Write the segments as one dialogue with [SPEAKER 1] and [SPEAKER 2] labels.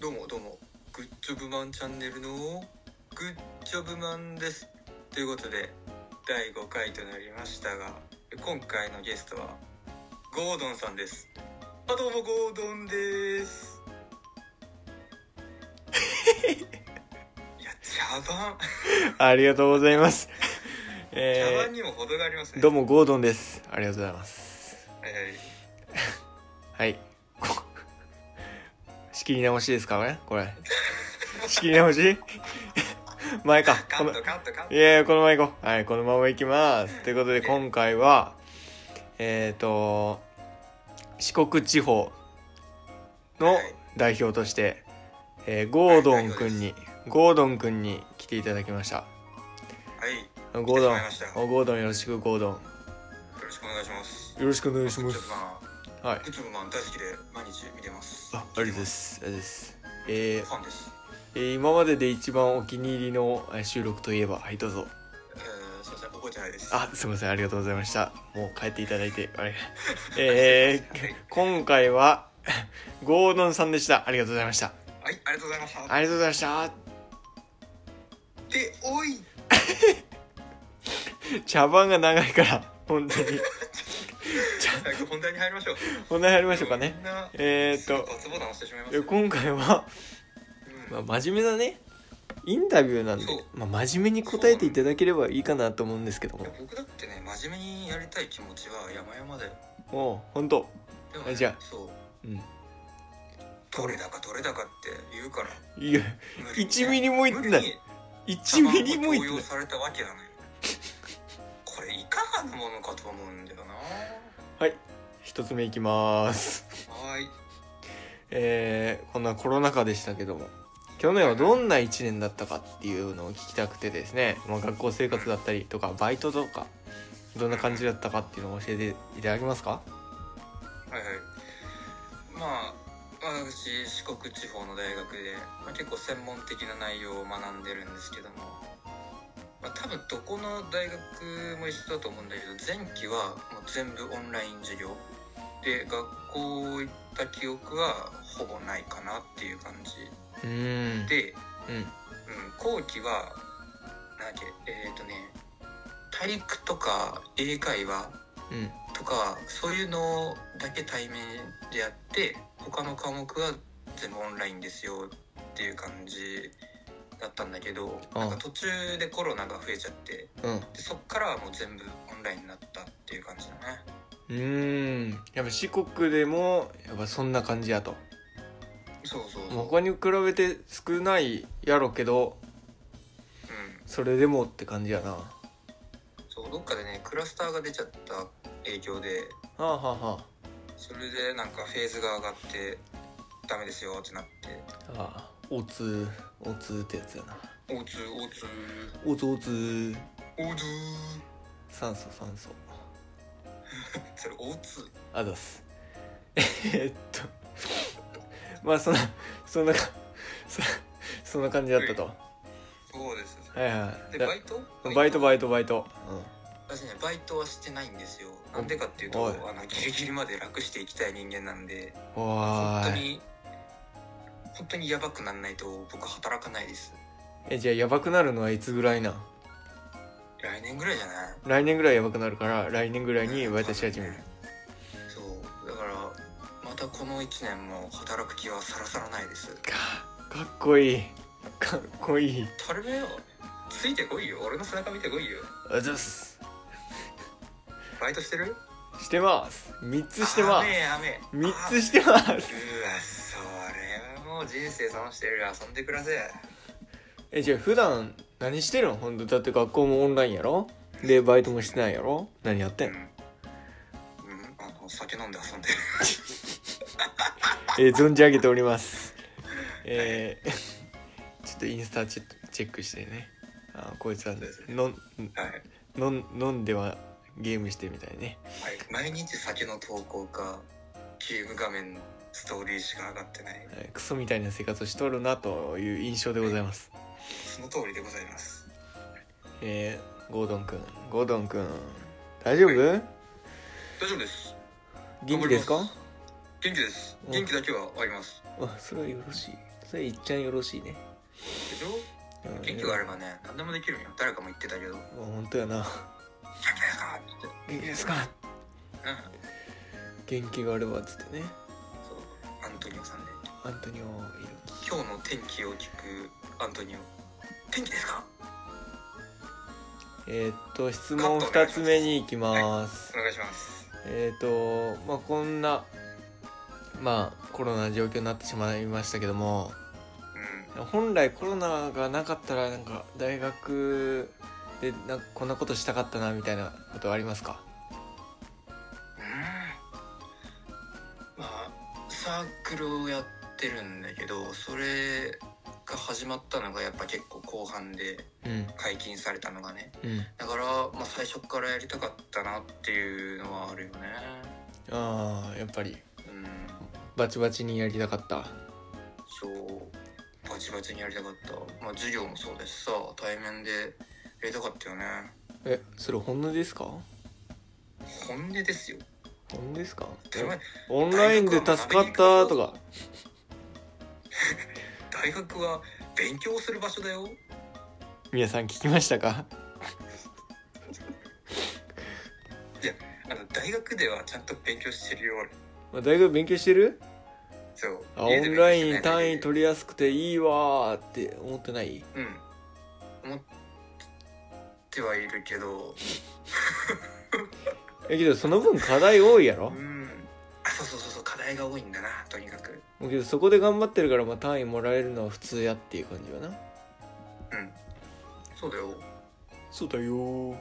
[SPEAKER 1] どうもどうも、グッジョブマンチャンネルのグッジョブマンです。ということで、第5回となりましたが、今回のゲストは、ゴードンさんです。あ、どうもゴードンです。いや、茶番、
[SPEAKER 2] ありがとうござ います。
[SPEAKER 1] 茶番
[SPEAKER 2] え
[SPEAKER 1] にも程があります
[SPEAKER 2] ー、
[SPEAKER 1] ね。
[SPEAKER 2] どうもゴードンです。ありがとうございます。
[SPEAKER 1] はいはい。
[SPEAKER 2] はい。 こ仕切り直しですかね これ。仕切り直し 前か。
[SPEAKER 1] カ
[SPEAKER 2] この
[SPEAKER 1] ットカットカッ
[SPEAKER 2] い
[SPEAKER 1] ト。
[SPEAKER 2] やいや、このまま行こう。はい、このまま行きます。ということで、
[SPEAKER 1] え
[SPEAKER 2] 今回は、えっ、と、四国地方の
[SPEAKER 1] はい
[SPEAKER 2] 代表として、えーゴードン君に、ゴードン君に来ていただきました。
[SPEAKER 1] はい、よ
[SPEAKER 2] ゴー
[SPEAKER 1] 来てし
[SPEAKER 2] ド
[SPEAKER 1] まいました
[SPEAKER 2] ン、おゴードンよろしく、ゴードン。
[SPEAKER 1] ろしくお願いします。
[SPEAKER 2] よろしくお願いし
[SPEAKER 1] グ
[SPEAKER 2] ま
[SPEAKER 1] ッ
[SPEAKER 2] す
[SPEAKER 1] ジョ。ブマン、
[SPEAKER 2] はい
[SPEAKER 1] グ。ッジョブマン大好きで毎日見てます。
[SPEAKER 2] あ、ありがとうございます。ありがとうございます。えー
[SPEAKER 1] ファンです。
[SPEAKER 2] えー今までで一番お気に入りのえー収録といえば、はい、どうぞ。
[SPEAKER 1] えー、すいません、覚えてないです。
[SPEAKER 2] あ、すみません、ありがとうございました。もう帰っていただいて、あれ。えー 今回は、ゴードンさんでした。ありがとうございました。
[SPEAKER 1] はい、ありがとうございました。
[SPEAKER 2] ありがとうございました。
[SPEAKER 1] で、お い、
[SPEAKER 2] 茶番が長いから、本当に。
[SPEAKER 1] 早く本題に入りましょう。
[SPEAKER 2] 本題入りましょうかね
[SPEAKER 1] みん。な、
[SPEAKER 2] えー、っと、
[SPEAKER 1] 脱ボタン押してしまいま
[SPEAKER 2] え
[SPEAKER 1] す。
[SPEAKER 2] ー今回は、
[SPEAKER 1] う
[SPEAKER 2] ま
[SPEAKER 1] ん
[SPEAKER 2] あ、真面目なね、インタビューなんで
[SPEAKER 1] そう、
[SPEAKER 2] まあ、真面目に答えていただければいいかなと思うんですけど
[SPEAKER 1] い
[SPEAKER 2] も
[SPEAKER 1] や。僕だってね、真面目にやりたい気持ちは山々だよ。
[SPEAKER 2] もう、本当。
[SPEAKER 1] でも、ね、
[SPEAKER 2] あじゃあ
[SPEAKER 1] そう、
[SPEAKER 2] うん。
[SPEAKER 1] どれだかどれだかって言うから、
[SPEAKER 2] いや、
[SPEAKER 1] 無理に
[SPEAKER 2] 1ミリも言ってな
[SPEAKER 1] 無理
[SPEAKER 2] い
[SPEAKER 1] に。
[SPEAKER 2] 1ミリも
[SPEAKER 1] 茶番を
[SPEAKER 2] 言っ
[SPEAKER 1] 強
[SPEAKER 2] てな
[SPEAKER 1] 要
[SPEAKER 2] い。
[SPEAKER 1] されたわけだね。これ、いかがなものかと思うんだよな。
[SPEAKER 2] はい。一つ目いきます。
[SPEAKER 1] はーい。
[SPEAKER 2] えーこんなコロナ禍でしたけども去年はどんな1年だったかっていうのを聞きたくてですね、まあ、学校生活だったりとかバイトとかどんな感じだったかっていうのを教えていただけます
[SPEAKER 1] は
[SPEAKER 2] か
[SPEAKER 1] いはいまあ私四国地方の大学で、まあ、結構専門的な内容を学んでるんですけども、まあ、多分どこの大学も一緒だと思うんだけど前期はもう全部オンライン授業で学校行った記憶はほぼないかなっていう感じ
[SPEAKER 2] うーん
[SPEAKER 1] で、
[SPEAKER 2] うん
[SPEAKER 1] うん、後期はなんだっけえっ、とね体育とか英会話
[SPEAKER 2] うん
[SPEAKER 1] とかそういうのだけ対面でやって他の科目は全部オンラインですよっていう感じだったんだけど
[SPEAKER 2] うん
[SPEAKER 1] なんか途中でコロナが増えちゃって
[SPEAKER 2] うん
[SPEAKER 1] でそっからはもう全部オンラインになったっていう感じだね
[SPEAKER 2] うーんやっぱ四国でもやっぱそんな感じやと
[SPEAKER 1] そうそうそう、
[SPEAKER 2] もう他に比べて少ないやろうけど
[SPEAKER 1] うん、
[SPEAKER 2] それでもって感じやなは
[SPEAKER 1] そうどっかでねクラスターが出ちゃった影響で
[SPEAKER 2] あはあは
[SPEAKER 1] それでなんかフェーズが上がってダメですよってなって
[SPEAKER 2] ああおつおつってやつやな
[SPEAKER 1] おつおつ
[SPEAKER 2] おつおつ
[SPEAKER 1] おつ
[SPEAKER 2] 酸素酸素
[SPEAKER 1] それおつ
[SPEAKER 2] あざっす。 えーっと、 まあそんな、そんなか、そそんな感じだったと。は
[SPEAKER 1] そうです
[SPEAKER 2] いはい。
[SPEAKER 1] で
[SPEAKER 2] だ
[SPEAKER 1] バイト
[SPEAKER 2] バイトバイトバイト。
[SPEAKER 1] 私ねバイトはしてないんですよなんでかっていうと
[SPEAKER 2] おい
[SPEAKER 1] あのギリギリまで楽していきたい人間なんで
[SPEAKER 2] うん。
[SPEAKER 1] 本
[SPEAKER 2] わ
[SPEAKER 1] 当
[SPEAKER 2] ーい。
[SPEAKER 1] に本当にやばくなんないと僕働かないです
[SPEAKER 2] え、じゃあやばくなるのはいつぐらいなん
[SPEAKER 1] 来年ぐらいじゃない
[SPEAKER 2] 来年ぐらいやばくなるから、来年ぐらいにバイトし始める。
[SPEAKER 1] そうだからまたこの1年も働く気はさらさらないです
[SPEAKER 2] か、かっこいい。かっこいい。
[SPEAKER 1] それめよついてこいよ俺の背中見てこいよ
[SPEAKER 2] あざっす。
[SPEAKER 1] バイトしてる
[SPEAKER 2] してます。3つしてま
[SPEAKER 1] 雨
[SPEAKER 2] す。
[SPEAKER 1] 雨
[SPEAKER 2] 3
[SPEAKER 1] あ
[SPEAKER 2] つしてます。
[SPEAKER 1] うわそれはもう人生損してるよ遊んでくらせ
[SPEAKER 2] え、じゃあ普段何してるのほんと、だって学校もオンラインやろで、バイトもしてないやろ何やってんの
[SPEAKER 1] うん、うん、あの酒飲んで遊んでる
[SPEAKER 2] えー存じ上げております。えー ちょっとインスタチェックチェックしてね。あーこいつはの
[SPEAKER 1] は
[SPEAKER 2] ん
[SPEAKER 1] い
[SPEAKER 2] のん飲んではゲームしてみたいね。
[SPEAKER 1] はい、毎日酒の投稿かキューブ画面のストーリーしか上がってない
[SPEAKER 2] はいクソみたいな生活をしとるなという印象でございます。
[SPEAKER 1] その通りでございます
[SPEAKER 2] えーゴードンくん、ゴードンくん、大丈夫
[SPEAKER 1] 大丈夫です
[SPEAKER 2] 元気ですか
[SPEAKER 1] 頑張ります元気です
[SPEAKER 2] うん
[SPEAKER 1] 元気だけはあります
[SPEAKER 2] あ、それはよろしい。それいっちゃんよろしいね、
[SPEAKER 1] しょ
[SPEAKER 2] うん、
[SPEAKER 1] 元気があればね何でもできるんよ誰かも言ってたけど
[SPEAKER 2] まあ本当やな
[SPEAKER 1] 「元気ですか?」って言って
[SPEAKER 2] 元気ですか
[SPEAKER 1] うん
[SPEAKER 2] 元気があればっつってね
[SPEAKER 1] そうアントニオさんで
[SPEAKER 2] アントニオ猪
[SPEAKER 1] 「今日の天気を聞くアントニオ天気ですか?
[SPEAKER 2] 木えーっと質問2つ目に行きます」
[SPEAKER 1] お願いします
[SPEAKER 2] えっ、とまあこんなまあコロナの状況になってしまいましたけども
[SPEAKER 1] うん
[SPEAKER 2] 本来コロナがなかったらなんか大学でなんかこんなことしたかったなみたいなことはありますか
[SPEAKER 1] うんまあサークルをやってるんだけどそれが始まったのがやっぱ結構後半で
[SPEAKER 2] うん
[SPEAKER 1] 解禁されたのがね
[SPEAKER 2] うん
[SPEAKER 1] だから、まあ、最初からやりたかったなっていうのはあるよね
[SPEAKER 2] ああやっぱり
[SPEAKER 1] うん
[SPEAKER 2] バチバチにやりたかった
[SPEAKER 1] そうバチバチにやりたかったまあ授業もそうですさ対面でやりたかったよね
[SPEAKER 2] えそれ本音ですか
[SPEAKER 1] 本音ですよ
[SPEAKER 2] 本音ですか
[SPEAKER 1] 当たり前
[SPEAKER 2] オンラインで助かったとか
[SPEAKER 1] 大学は勉強する場所だよ
[SPEAKER 2] 皆さん聞きましたか
[SPEAKER 1] あの大学ではちゃんと勉強してるよ俺
[SPEAKER 2] まあ大学勉強してる
[SPEAKER 1] そう
[SPEAKER 2] あオ
[SPEAKER 1] 家で
[SPEAKER 2] ン
[SPEAKER 1] 勉強し
[SPEAKER 2] ラ
[SPEAKER 1] て
[SPEAKER 2] イ
[SPEAKER 1] ないだけで
[SPEAKER 2] ン単位取りやすくていいわーって思ってない
[SPEAKER 1] うん思ってはいるけど
[SPEAKER 2] えけどその分課題多いやろ
[SPEAKER 1] うんあそうそうそうそう課題が多いんだなとにかく
[SPEAKER 2] もうけどそこで頑張ってるからまあ単位もらえるのは普通やっていう感じよな
[SPEAKER 1] うんそうだよ
[SPEAKER 2] そうだよー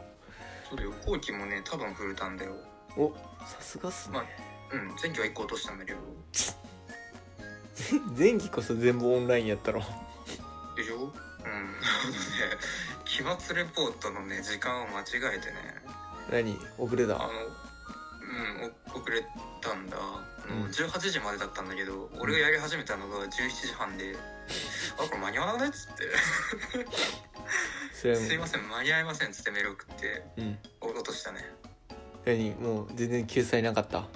[SPEAKER 1] そうだよ後期もね多分フルターンだよ
[SPEAKER 2] おさすがっすね
[SPEAKER 1] まあうん前期は1個落としたんだけど
[SPEAKER 2] 前期こそ全部オンラインやったろ
[SPEAKER 1] でしょうん あのね期末レポートのね時間を間違えてね
[SPEAKER 2] 何遅れ
[SPEAKER 1] あ
[SPEAKER 2] た
[SPEAKER 1] のうんお遅れたんだあ
[SPEAKER 2] う
[SPEAKER 1] の
[SPEAKER 2] ん
[SPEAKER 1] 18時までだったんだけど俺がやり始めたのが17時半 で「あこれ間に合わない」っつって
[SPEAKER 2] それはも
[SPEAKER 1] すいません間に合いませんっつってメール送って
[SPEAKER 2] ううん
[SPEAKER 1] お落としたね
[SPEAKER 2] 何もう全然救済なかった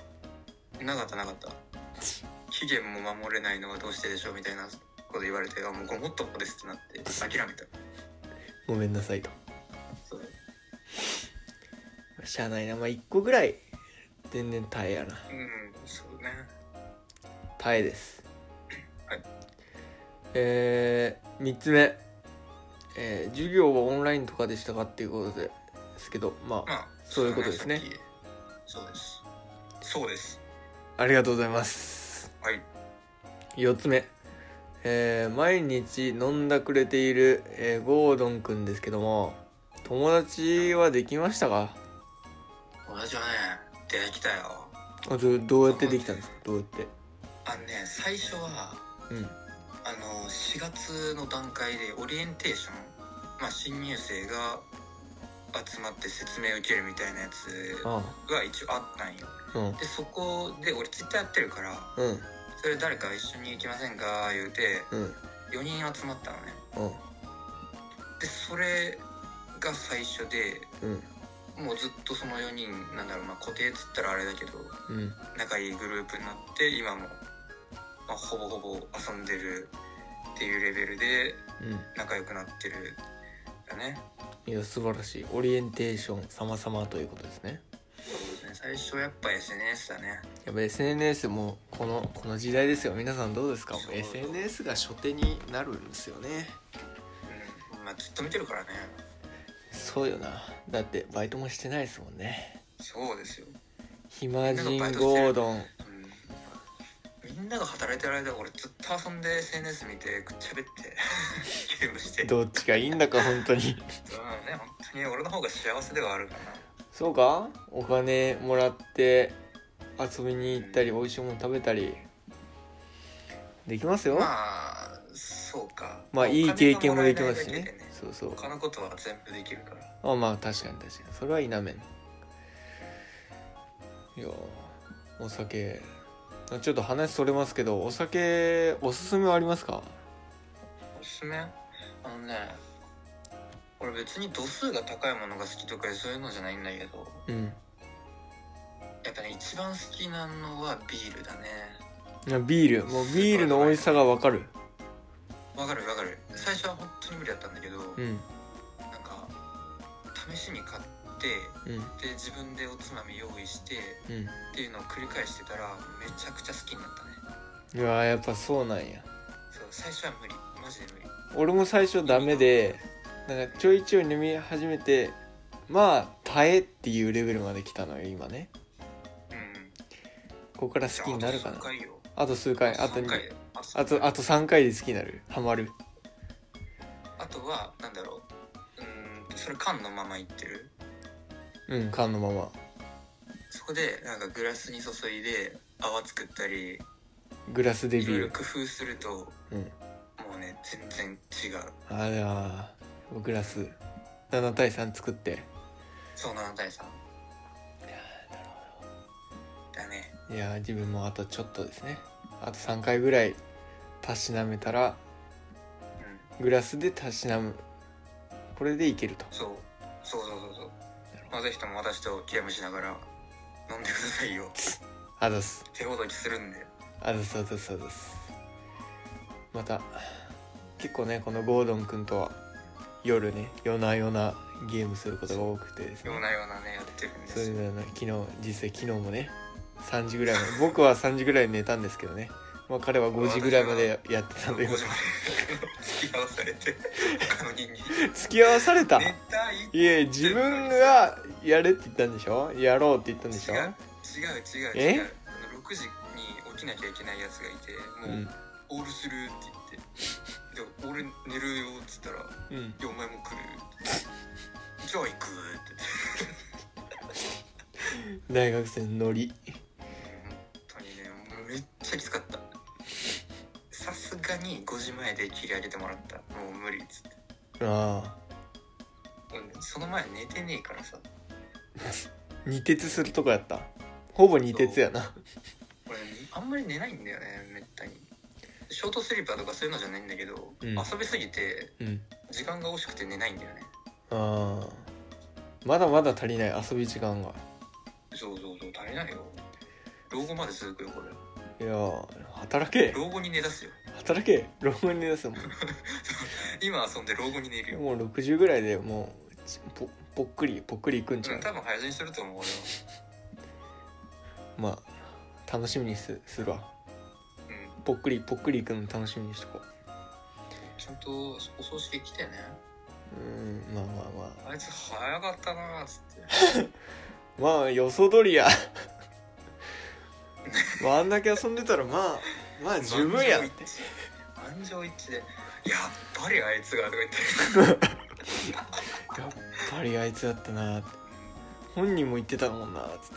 [SPEAKER 1] なかったなかった期限も守れないのはどうしてでしょうみたいなこと言われてあもうごもっともですってなって諦めた
[SPEAKER 2] ごめんなさいと
[SPEAKER 1] そう
[SPEAKER 2] しゃあないなまあ1個ぐらい全然耐えやな
[SPEAKER 1] うんそうね
[SPEAKER 2] 耐えです
[SPEAKER 1] はい
[SPEAKER 2] えー、3つ目えー授業はオンラインとかでしたかっていうことですけどまあ
[SPEAKER 1] まあ
[SPEAKER 2] そういうことですね
[SPEAKER 1] ださっきそうですそうです
[SPEAKER 2] ありがとうございます
[SPEAKER 1] はい
[SPEAKER 2] 4つ目、えー毎日飲んだくれている、えーゴードンくんですけども友達はできましたか
[SPEAKER 1] 私はね出てきたよ
[SPEAKER 2] あどどうやってできたんですかどうやって
[SPEAKER 1] あのね最初は
[SPEAKER 2] うん
[SPEAKER 1] あの4月の段階でオリエンテーションまあ新入生が集まって説明受けるみたいなやつ
[SPEAKER 2] あ
[SPEAKER 1] が一応あったんよ
[SPEAKER 2] あうん
[SPEAKER 1] でそこで俺ツイッターやってるから
[SPEAKER 2] うん
[SPEAKER 1] それ誰か一緒に行きませんか言うて
[SPEAKER 2] うん
[SPEAKER 1] 4人集まったのね
[SPEAKER 2] うん
[SPEAKER 1] でそれが最初で
[SPEAKER 2] うん
[SPEAKER 1] もうずっとその4人なんだろうまあ固定っつったらあれだけど
[SPEAKER 2] うん
[SPEAKER 1] 仲いいグループになって今も、まあ、ほぼほぼ遊んでるっていうレベルで仲良くなってるんだね
[SPEAKER 2] うんいや素晴らしいオリエンテーション様々ということですね
[SPEAKER 1] そうですね最初やっぱ SNS だね
[SPEAKER 2] やっぱ SNS もこのこの時代ですよ皆さんどうですか
[SPEAKER 1] そう
[SPEAKER 2] SNS が初手になるんですよね
[SPEAKER 1] うんまあずっと見てるからね
[SPEAKER 2] そうよなだってバイトもしてないですもんね
[SPEAKER 1] そうですよ、
[SPEAKER 2] 暇人ゴードン
[SPEAKER 1] うん、みんなが働いてる間俺ずっと遊んで SNS 見てくっちゃべって ゲームして
[SPEAKER 2] どっちがいいんだか本当に
[SPEAKER 1] うんね本当に俺の方が幸せではあるか
[SPEAKER 2] そうかお金もらって遊びに行ったり美味しいもの食べたりできます
[SPEAKER 1] な
[SPEAKER 2] よ
[SPEAKER 1] ま
[SPEAKER 2] まあ、
[SPEAKER 1] あそうか
[SPEAKER 2] いい経験もできますし
[SPEAKER 1] お金がもらえな
[SPEAKER 2] ね
[SPEAKER 1] いだけで
[SPEAKER 2] そうそう
[SPEAKER 1] 他のことは全部できるから
[SPEAKER 2] あまあ確かに確かにそれは否めんいやお酒あちょっと話それますけどお酒おすすめはありますか
[SPEAKER 1] おすすめあのね俺別に度数が高いものが好きとかそういうのじゃないんだけど
[SPEAKER 2] うん
[SPEAKER 1] やっぱね一番好きなのはビールだね
[SPEAKER 2] いやビールもうビールの美味しさがわかる
[SPEAKER 1] わかるわかる最初は本当に無理だったんだけど、
[SPEAKER 2] うん
[SPEAKER 1] なんか試しに買って
[SPEAKER 2] うん
[SPEAKER 1] で自分でおつまみ用意して
[SPEAKER 2] うん
[SPEAKER 1] っていうのを繰り返してたらめちゃくちゃ好きになったね
[SPEAKER 2] うわーやっぱそうなんや
[SPEAKER 1] そう最初は無理マジで無理
[SPEAKER 2] 俺も最初ダメでなんかちょいちょい飲み始めてまあ耐えっていうレベルまで来たのよ今ね
[SPEAKER 1] うん
[SPEAKER 2] ここから好きになるかな
[SPEAKER 1] じゃああと数回よ
[SPEAKER 2] あと数回あと
[SPEAKER 1] 数
[SPEAKER 2] に
[SPEAKER 1] 回だよあ
[SPEAKER 2] あ
[SPEAKER 1] 数
[SPEAKER 2] と
[SPEAKER 1] 回
[SPEAKER 2] あと3回で好きになるハマる
[SPEAKER 1] あとはなんだろううーんそれ缶のままいってる
[SPEAKER 2] うん缶のまま
[SPEAKER 1] そこでなんかグラスに注いで泡作ったり
[SPEAKER 2] グラスデビ
[SPEAKER 1] いろい
[SPEAKER 2] ュ
[SPEAKER 1] ろ
[SPEAKER 2] ー
[SPEAKER 1] 工夫すると、
[SPEAKER 2] うん
[SPEAKER 1] もうね全然違う
[SPEAKER 2] あれはグラス7対3作って
[SPEAKER 1] そう7対3だね
[SPEAKER 2] いやー自分もあとちょっとですねあと3回ぐらいたしなめたら
[SPEAKER 1] うん
[SPEAKER 2] グラスでたしなむこれでいけると
[SPEAKER 1] そうそうそうそうそうまあぜひとも私とゲームしながら飲んでください よ
[SPEAKER 2] あざっす
[SPEAKER 1] 手ほどきするんで
[SPEAKER 2] あざっすあざっすあざっすまた結構ねこのゴードン君とは夜ね夜な夜なゲームすることが多くてですね
[SPEAKER 1] ようなようなねやってるんで
[SPEAKER 2] そう
[SPEAKER 1] す
[SPEAKER 2] い
[SPEAKER 1] よ
[SPEAKER 2] うのはな昨日実際昨日もね3時ぐらいまで僕は3時ぐらいに寝たんですけどね、まあ、彼は5時ぐらいまでやって
[SPEAKER 1] 5
[SPEAKER 2] たので
[SPEAKER 1] 時まで付き合わされ て他の人に
[SPEAKER 2] 付き合わされたい
[SPEAKER 1] 寝たい
[SPEAKER 2] え自分がやれって言ったんでしょやろうって言ったんでしょ
[SPEAKER 1] 違う違う違う
[SPEAKER 2] え
[SPEAKER 1] 違うあの6時に起きなきゃいけないやつがいて
[SPEAKER 2] う
[SPEAKER 1] もう、
[SPEAKER 2] ん
[SPEAKER 1] オールするって言ってで俺寝るよっつったら「
[SPEAKER 2] うん
[SPEAKER 1] いやお前も来る」 じゃあ行く」って
[SPEAKER 2] 大学生のノリ
[SPEAKER 1] 言って本当にねもうめっちゃきつかったさすがに5時前で切り上げてもらったもう無理っつって
[SPEAKER 2] あ
[SPEAKER 1] うんその前寝てねえからさ
[SPEAKER 2] あ二徹するとこやったほぼ二徹やな
[SPEAKER 1] 俺あんまり寝ないんだよねめったにショートスリーパーとかそういうのじゃないんだけど、
[SPEAKER 2] うん
[SPEAKER 1] 遊びすぎて
[SPEAKER 2] うん
[SPEAKER 1] 時間が惜しくて寝ないんだよね
[SPEAKER 2] ああまだまだ足りない遊び時間が
[SPEAKER 1] そうそうそう足りないよ老後まで続くよこれ
[SPEAKER 2] いやー働け
[SPEAKER 1] 老後に寝だすよ
[SPEAKER 2] 働け老後に出すもん
[SPEAKER 1] 今遊んで老後に寝るよ、
[SPEAKER 2] もう60ぐらいでもうちぽぽっくりぽっくりいくんちゃ
[SPEAKER 1] う、
[SPEAKER 2] うん
[SPEAKER 1] 多分早死にすると思うよ
[SPEAKER 2] まあ楽しみにすするわ
[SPEAKER 1] うん
[SPEAKER 2] ぽっくりぽっくりいくの楽しみにしとこ
[SPEAKER 1] ちゃんとお葬式来てね
[SPEAKER 2] ううんまあまあま
[SPEAKER 1] あいつ早かったなーっつって
[SPEAKER 2] あまあ予想通りや まああんだけ遊んでたらまあまあ十分やっ
[SPEAKER 1] 満
[SPEAKER 2] て
[SPEAKER 1] 場一致でやっぱりあいつがとか言って
[SPEAKER 2] やっぱりあいつだったなって本人も言ってたもんなつって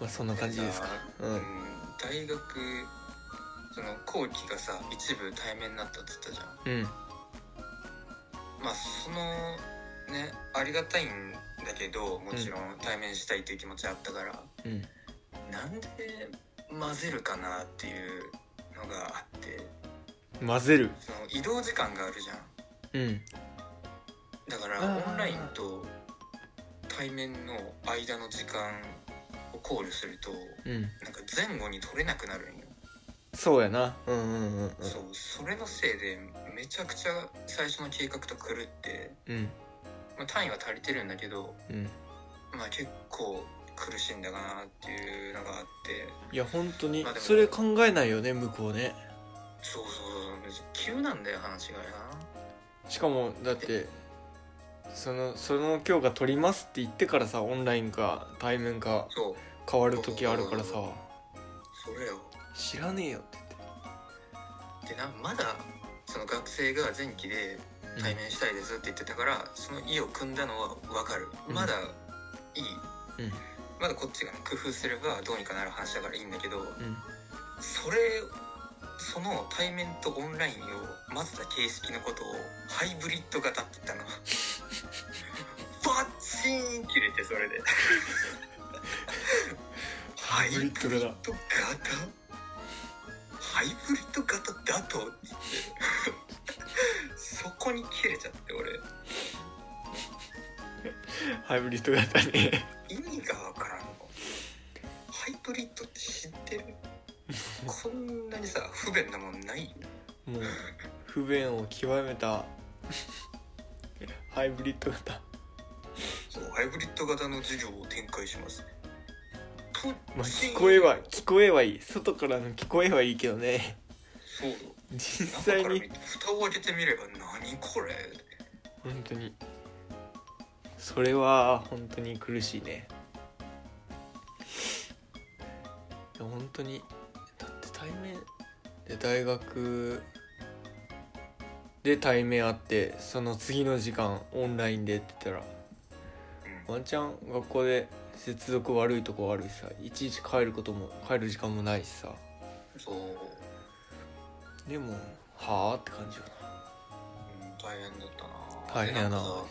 [SPEAKER 2] まあそんな感じですか
[SPEAKER 1] う
[SPEAKER 2] うんん
[SPEAKER 1] 大学その後期がさ一部対面になったっつったじゃん
[SPEAKER 2] うん
[SPEAKER 1] まあそのねありがたいんだけどもちろん対面したいっていう気持ちあったから、
[SPEAKER 2] うん
[SPEAKER 1] なんで混ぜるかなっていうのがあって
[SPEAKER 2] 混ぜる
[SPEAKER 1] その移動時間があるじゃん
[SPEAKER 2] うん
[SPEAKER 1] だから
[SPEAKER 2] あ
[SPEAKER 1] オ
[SPEAKER 2] ー
[SPEAKER 1] ンラインと対面の間の時間を考慮すると
[SPEAKER 2] うん
[SPEAKER 1] なんか前後に取れなくなるんよ、
[SPEAKER 2] そうやなうんうんうんうん
[SPEAKER 1] そうそれのせいでめちゃくちゃ最初の計画と狂って、
[SPEAKER 2] うん
[SPEAKER 1] まあ、単位は足りてるんだけど、
[SPEAKER 2] うん
[SPEAKER 1] まあ、結構苦しいんだなっていうのがあって
[SPEAKER 2] いや本当に
[SPEAKER 1] まあでも
[SPEAKER 2] それ考えないよね向こうね
[SPEAKER 1] そうそうそう急なんだよ話がや
[SPEAKER 2] しかもだってそのその今日が取りますって言ってからさオンラインか対面か
[SPEAKER 1] そう
[SPEAKER 2] 変わる時あるからさ
[SPEAKER 1] それよ
[SPEAKER 2] 知らねえよって
[SPEAKER 1] でなまだその学生が前期で
[SPEAKER 2] 言って
[SPEAKER 1] 対面したいですって言ってたから、その意を組んだのは分かる、
[SPEAKER 2] うん
[SPEAKER 1] まだいい、
[SPEAKER 2] うん
[SPEAKER 1] まだこっちがね工夫すればどうにかなる話だからいいんだけど
[SPEAKER 2] うん
[SPEAKER 1] それその対面とオンラインを混ぜた形式のことをハイブリッド型って言ったのバッチーン切れてそれでハイブリッド型ハイブリッド型だとって言ってそこに切れちゃって俺
[SPEAKER 2] ハイブリッド型ね
[SPEAKER 1] 意味がわからんのハイブリッドって知ってるこんなににさ不便なもんない
[SPEAKER 2] もう不便を極めた ハイブリッド型
[SPEAKER 1] そうハイブリッド型の授業を展開しますと
[SPEAKER 2] まあ聞こえは聞こえはいい外からの聞こえはいいけどね
[SPEAKER 1] そうだ
[SPEAKER 2] 実
[SPEAKER 1] 中
[SPEAKER 2] 際
[SPEAKER 1] から見
[SPEAKER 2] に
[SPEAKER 1] て蓋を開けてみれば何これ
[SPEAKER 2] 本当にそれは本当に苦しいねいや本当にだって対面で大学で対面あってその次の時間オンラインでって言ったら
[SPEAKER 1] うん
[SPEAKER 2] ワンチャン学校で接続悪いとこあるしさいちいち帰ることも帰る時間もないしさ
[SPEAKER 1] そう、
[SPEAKER 2] でもはあって感じよ
[SPEAKER 1] う
[SPEAKER 2] な
[SPEAKER 1] ん、大変だったな
[SPEAKER 2] 大変やな
[SPEAKER 1] でんか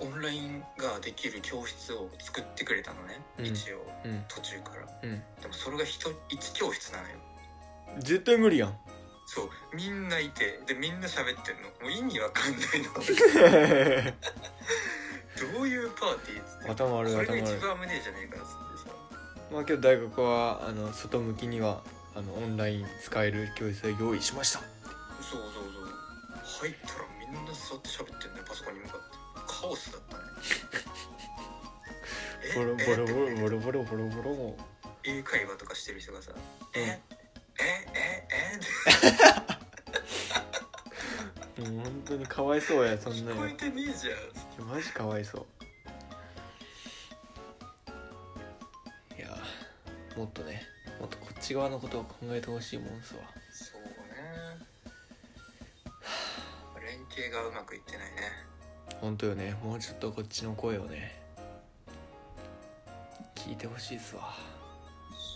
[SPEAKER 1] オンラインができる教室を作ってくれたのね、
[SPEAKER 2] うん
[SPEAKER 1] 一応
[SPEAKER 2] うん
[SPEAKER 1] 途中から
[SPEAKER 2] うん
[SPEAKER 1] でもそれが人一教室なのよ
[SPEAKER 2] 絶対無理や ん
[SPEAKER 1] そうみんないてでみんな喋ってんのもう意味わかんない のどういうパーティーっつって
[SPEAKER 2] 頭悪い
[SPEAKER 1] これが
[SPEAKER 2] 頭悪い
[SPEAKER 1] 一番危ねえじゃねえかっつってさ
[SPEAKER 2] まあけど大学はあの外向きにはあのオンライン使える教室を用意しました
[SPEAKER 1] そうそうそう入ったらみんな座って喋ってんだよパソコンに向かってカオスだ ったねえ
[SPEAKER 2] ボロボロボロボロボロボロボロも
[SPEAKER 1] え英会話とかしてる人がさ「
[SPEAKER 2] うん
[SPEAKER 1] ええええって
[SPEAKER 2] う本当にかわいそうやそんな
[SPEAKER 1] 聞
[SPEAKER 2] の
[SPEAKER 1] こえ
[SPEAKER 2] いや
[SPEAKER 1] てねえじゃん
[SPEAKER 2] マジかわいそういやもっとねもっとこっち側のことを考えてほしいもんすわ
[SPEAKER 1] そうね連携がうまくいってないね
[SPEAKER 2] 本当よねもうちょっとこっちの声をね聞いてほしいっすわ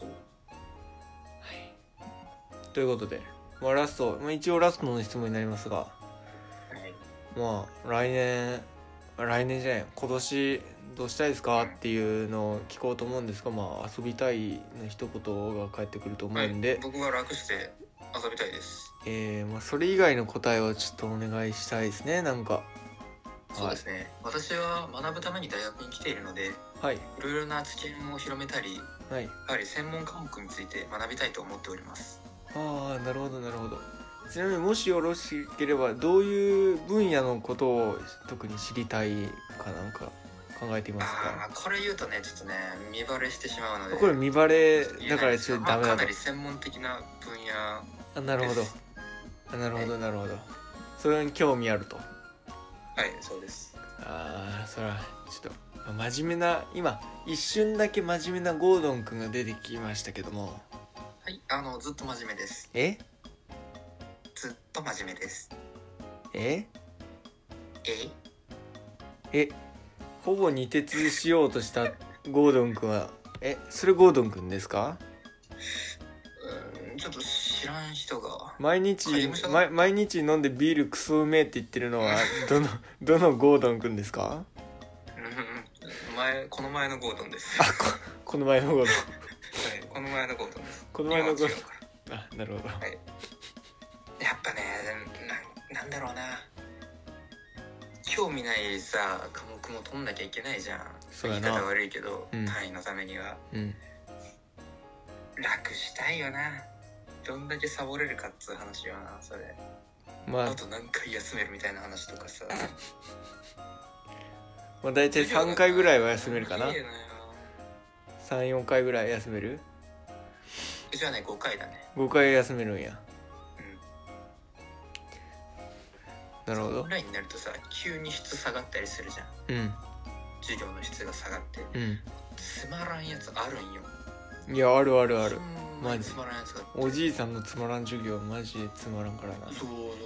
[SPEAKER 1] そう
[SPEAKER 2] はいということで、まあ、ラスト、まあ、一応ラストの質問になりますが
[SPEAKER 1] はい
[SPEAKER 2] まあ来年来年じゃない今年どうしたいですかっていうのを聞こうと思うんですがまあ遊びたいの一言が返ってくると思うんで、
[SPEAKER 1] はい、僕は楽して遊びたいです
[SPEAKER 2] えーまあ、それ以外の答えをちょっとお願いしたいですねなんか
[SPEAKER 1] そうですね、私は学ぶために大学に来ているので
[SPEAKER 2] はい
[SPEAKER 1] いろいろな知見を広めたり
[SPEAKER 2] はい
[SPEAKER 1] やはり専門科目について学びたいと思っております
[SPEAKER 2] ああなるほどなるほどちなみにもしよろしければどういう分野のことを特に知りたいかなんか考えています
[SPEAKER 1] あ
[SPEAKER 2] か
[SPEAKER 1] あこれ言うとねちょっとね見バレしてしまうので
[SPEAKER 2] これ見バレだから
[SPEAKER 1] ち
[SPEAKER 2] ち
[SPEAKER 1] ょ
[SPEAKER 2] ょ
[SPEAKER 1] っ
[SPEAKER 2] っ
[SPEAKER 1] とダ
[SPEAKER 2] とダ
[SPEAKER 1] メ
[SPEAKER 2] メ
[SPEAKER 1] だか
[SPEAKER 2] だと
[SPEAKER 1] なり専門的な分野
[SPEAKER 2] あなるほど
[SPEAKER 1] です
[SPEAKER 2] あなるほどなるほどそれに興味あると
[SPEAKER 1] はいそうです
[SPEAKER 2] ああそれはちょっとまあ真面目な今一瞬だけ真面目なゴードン君が出てきましたけども
[SPEAKER 1] はいあのずっと真面目です
[SPEAKER 2] え
[SPEAKER 1] ずっと真面目です
[SPEAKER 2] え
[SPEAKER 1] え
[SPEAKER 2] えほぼ二徹しようとした ゴードン君はえそれゴードン君ですか
[SPEAKER 1] うーんちょっと知らん人が
[SPEAKER 2] 毎日
[SPEAKER 1] 影武者だ
[SPEAKER 2] 毎毎日飲んでビールクソうめえって言ってるの はどのどのゴードン君ですか
[SPEAKER 1] うん前この前のゴードンです、
[SPEAKER 2] あ
[SPEAKER 1] はい、
[SPEAKER 2] ここの前のゴードン
[SPEAKER 1] この前のゴードンです
[SPEAKER 2] この前のゴードン
[SPEAKER 1] 今は違うから
[SPEAKER 2] あなるほど
[SPEAKER 1] やっぱねななんだろうな興味ないさ科目も取んなきゃいけないじゃん
[SPEAKER 2] そうやな
[SPEAKER 1] 言い方悪いけど、
[SPEAKER 2] うん
[SPEAKER 1] 単位のためには
[SPEAKER 2] うん
[SPEAKER 1] 楽したいよなどんだけサボれるかっつう話よなそれ
[SPEAKER 2] ま
[SPEAKER 1] あ
[SPEAKER 2] あ
[SPEAKER 1] と何回休めるみたいな話とか さ
[SPEAKER 2] まあ大体3回ぐらいは休めるかな
[SPEAKER 1] 無理だよ
[SPEAKER 2] 34回ぐらい休める
[SPEAKER 1] うちはね5回だね
[SPEAKER 2] 5回休めるんや
[SPEAKER 1] うん
[SPEAKER 2] なるほ
[SPEAKER 1] オ
[SPEAKER 2] ど
[SPEAKER 1] ンラインになるとさ急に質下がったりするじゃん
[SPEAKER 2] うん
[SPEAKER 1] 授業の質が下がって
[SPEAKER 2] う
[SPEAKER 1] つまらんやつあるんよ
[SPEAKER 2] んいやあるあるあ
[SPEAKER 1] あ
[SPEAKER 2] る
[SPEAKER 1] マ
[SPEAKER 2] マ
[SPEAKER 1] ジ
[SPEAKER 2] ジ
[SPEAKER 1] つまらんやつがあって
[SPEAKER 2] おじいさんのつまらん授業マジでつまらんからな
[SPEAKER 1] そうそうそうそう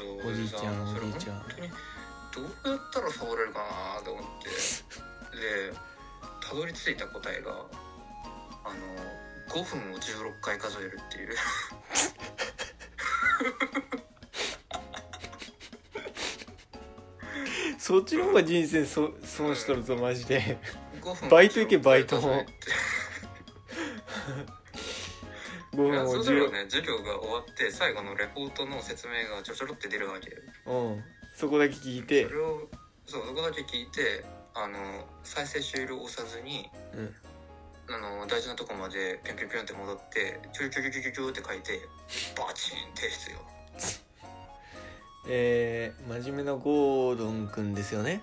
[SPEAKER 1] そう
[SPEAKER 2] おじいちゃん
[SPEAKER 1] それ
[SPEAKER 2] おじいちゃん
[SPEAKER 1] 本当にどうやったら触れるかなと思ってでたどり着いた答えがあの5分を16回数えるっていう
[SPEAKER 2] そっちの方が人生そ損しとるぞマ ジで
[SPEAKER 1] 5分
[SPEAKER 2] バイト行けバイト
[SPEAKER 1] を16回数えてい
[SPEAKER 2] 5分
[SPEAKER 1] やそ
[SPEAKER 2] を
[SPEAKER 1] うする
[SPEAKER 2] 10
[SPEAKER 1] とね授業が終わって最後のレポートの説明がちょちょろって出るわけ
[SPEAKER 2] うんそこだけ聞いて
[SPEAKER 1] それをそうそこだけ聞いてあの再生終了を押さずに
[SPEAKER 2] うん
[SPEAKER 1] あの大事なとこまでピョンピョンピョンって戻ってキョキョキョキョキョキョって書いてバチン提出よ
[SPEAKER 2] えー、真面目なゴードンくんですよね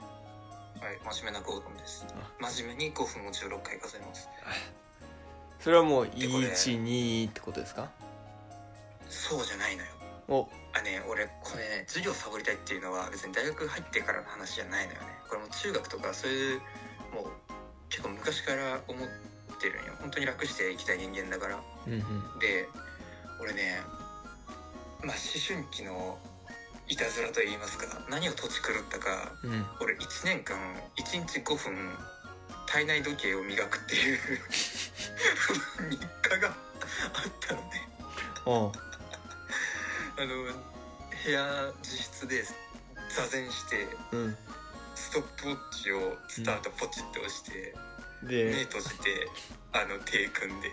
[SPEAKER 1] はい真面目なゴードンです
[SPEAKER 2] あ
[SPEAKER 1] 真面目に5分を16回数えます
[SPEAKER 2] それはもう
[SPEAKER 1] てこれ
[SPEAKER 2] 12ってことですか
[SPEAKER 1] そうじゃないのよ
[SPEAKER 2] お
[SPEAKER 1] あね俺これね授業サボりたいっていうのは別に大学入ってからの話じゃないのよねこれもう中学とかそういうもう結構昔から思ってるんよ本当に楽していきたい人間だから
[SPEAKER 2] うんうん
[SPEAKER 1] で俺ねまあ思春期のいたずらと言いますか何を土地狂ったか
[SPEAKER 2] うん
[SPEAKER 1] 俺1年間1日5分体内時計を磨くっていう 日課があったのね
[SPEAKER 2] おう
[SPEAKER 1] あの部屋自室で座禅して
[SPEAKER 2] うん
[SPEAKER 1] ストップウォッチをスタートポチッと押して、目
[SPEAKER 2] で、
[SPEAKER 1] 閉じてあの手組んで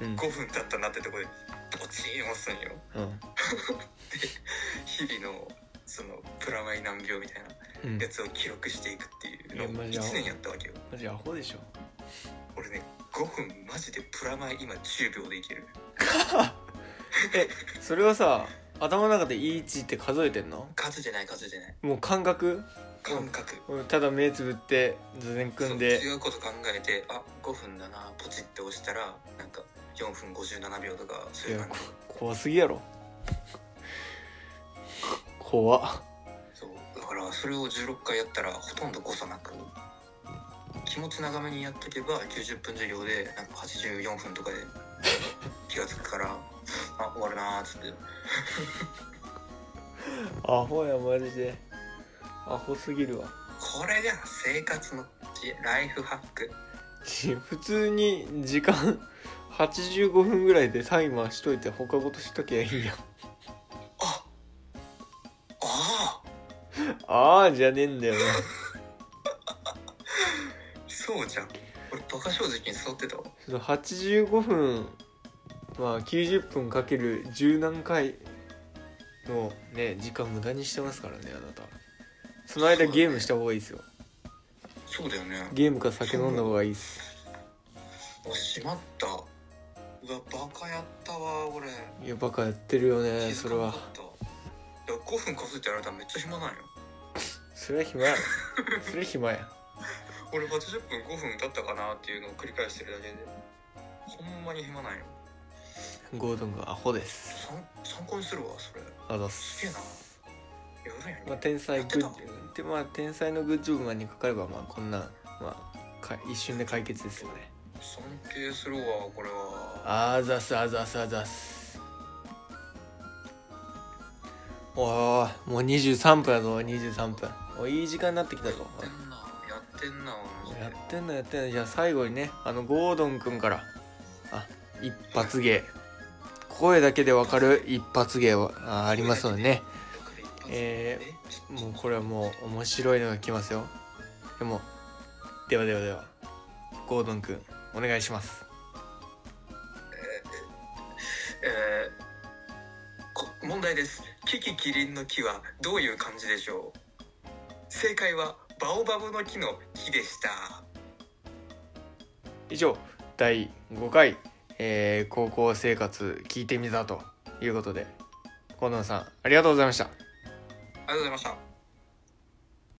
[SPEAKER 2] うん
[SPEAKER 1] 5分経ったなってとこでポチン押すんよ
[SPEAKER 2] うん
[SPEAKER 1] 日々のそのプラマイ何秒みたいな
[SPEAKER 2] うん
[SPEAKER 1] やつを記録していくっていうのを
[SPEAKER 2] い
[SPEAKER 1] 1
[SPEAKER 2] やマジ青
[SPEAKER 1] 年やったわけよ
[SPEAKER 2] マジアホでしょ
[SPEAKER 1] 俺ね5分マジでプラマイ今10秒でいける
[SPEAKER 2] えそれはさ頭の中で1って数えてんの
[SPEAKER 1] 数じゃない数じゃない
[SPEAKER 2] もう感覚
[SPEAKER 1] 感覚
[SPEAKER 2] うんただ目つぶって座禅組ん
[SPEAKER 1] そう
[SPEAKER 2] で
[SPEAKER 1] 違うこと考えてあ5分だなポチって押したらなんか4分57秒とかそう
[SPEAKER 2] い
[SPEAKER 1] いう
[SPEAKER 2] や
[SPEAKER 1] 感
[SPEAKER 2] こ
[SPEAKER 1] じ
[SPEAKER 2] 怖すぎやろ怖っ
[SPEAKER 1] そうだからそれを16回やったらほとんど誤差なく気持ち長めにやっとけば90分授業でなんか84分とかで気がつくからあ終わるなーっつって
[SPEAKER 2] アホやマジでアホすぎるわ
[SPEAKER 1] これが生活の知恵ライフハック
[SPEAKER 2] ち普通に時間85分ぐらいでタイマーしといて他事しときゃいいやん
[SPEAKER 1] あああ
[SPEAKER 2] ああじゃねえんだよな
[SPEAKER 1] そうじゃん俺バカ正直に育ってたわ
[SPEAKER 2] その85分まあ90分かける十何回のね時間無駄にしてますからねあなたその間ゲームした方がいいですよ
[SPEAKER 1] そうだよね
[SPEAKER 2] ゲームか酒飲んだ方がいいっす
[SPEAKER 1] おしまったうわバカやったわ俺
[SPEAKER 2] いやバカやってるよ
[SPEAKER 1] 気
[SPEAKER 2] ね
[SPEAKER 1] づ
[SPEAKER 2] それ
[SPEAKER 1] かな
[SPEAKER 2] は
[SPEAKER 1] かったいや5分数えてやられたらめっちゃ暇なんよ
[SPEAKER 2] それは暇やそれは暇や
[SPEAKER 1] 俺80分5分経ったかなっていうのを繰り返してるだけでほんまに暇なんよ
[SPEAKER 2] ゴードンがアホです
[SPEAKER 1] 参参考にするわそれ
[SPEAKER 2] あざっ
[SPEAKER 1] すげえなやるん
[SPEAKER 2] ま
[SPEAKER 1] や
[SPEAKER 2] あ、
[SPEAKER 1] ね
[SPEAKER 2] 天才
[SPEAKER 1] やって
[SPEAKER 2] グ
[SPEAKER 1] た
[SPEAKER 2] ッでまあ天才のグッジョブマンにかかればまあこんなまあか一瞬で解決ですよね
[SPEAKER 1] 尊敬するわこれは
[SPEAKER 2] あざすあざすあざすおーもう23分やぞ23分おいい時間になってきたぞ
[SPEAKER 1] やってんなやってんな
[SPEAKER 2] おい
[SPEAKER 1] 俺
[SPEAKER 2] やってんのやってんのじゃあ最後にねあのゴードンくんからあ一発芸声だけでわかる一発芸はあありますのでねえもうこれはもう面白いのが来ますよでもではではではゴードンくんお願いします
[SPEAKER 1] えーこ問題ですキキキリンの木はどういう漢字でしょう正解はバオバブの木の木でした
[SPEAKER 2] 以上第5回、えー高校生活聞いてみたということでゴードンさんありがとうございました
[SPEAKER 1] ありがとうございました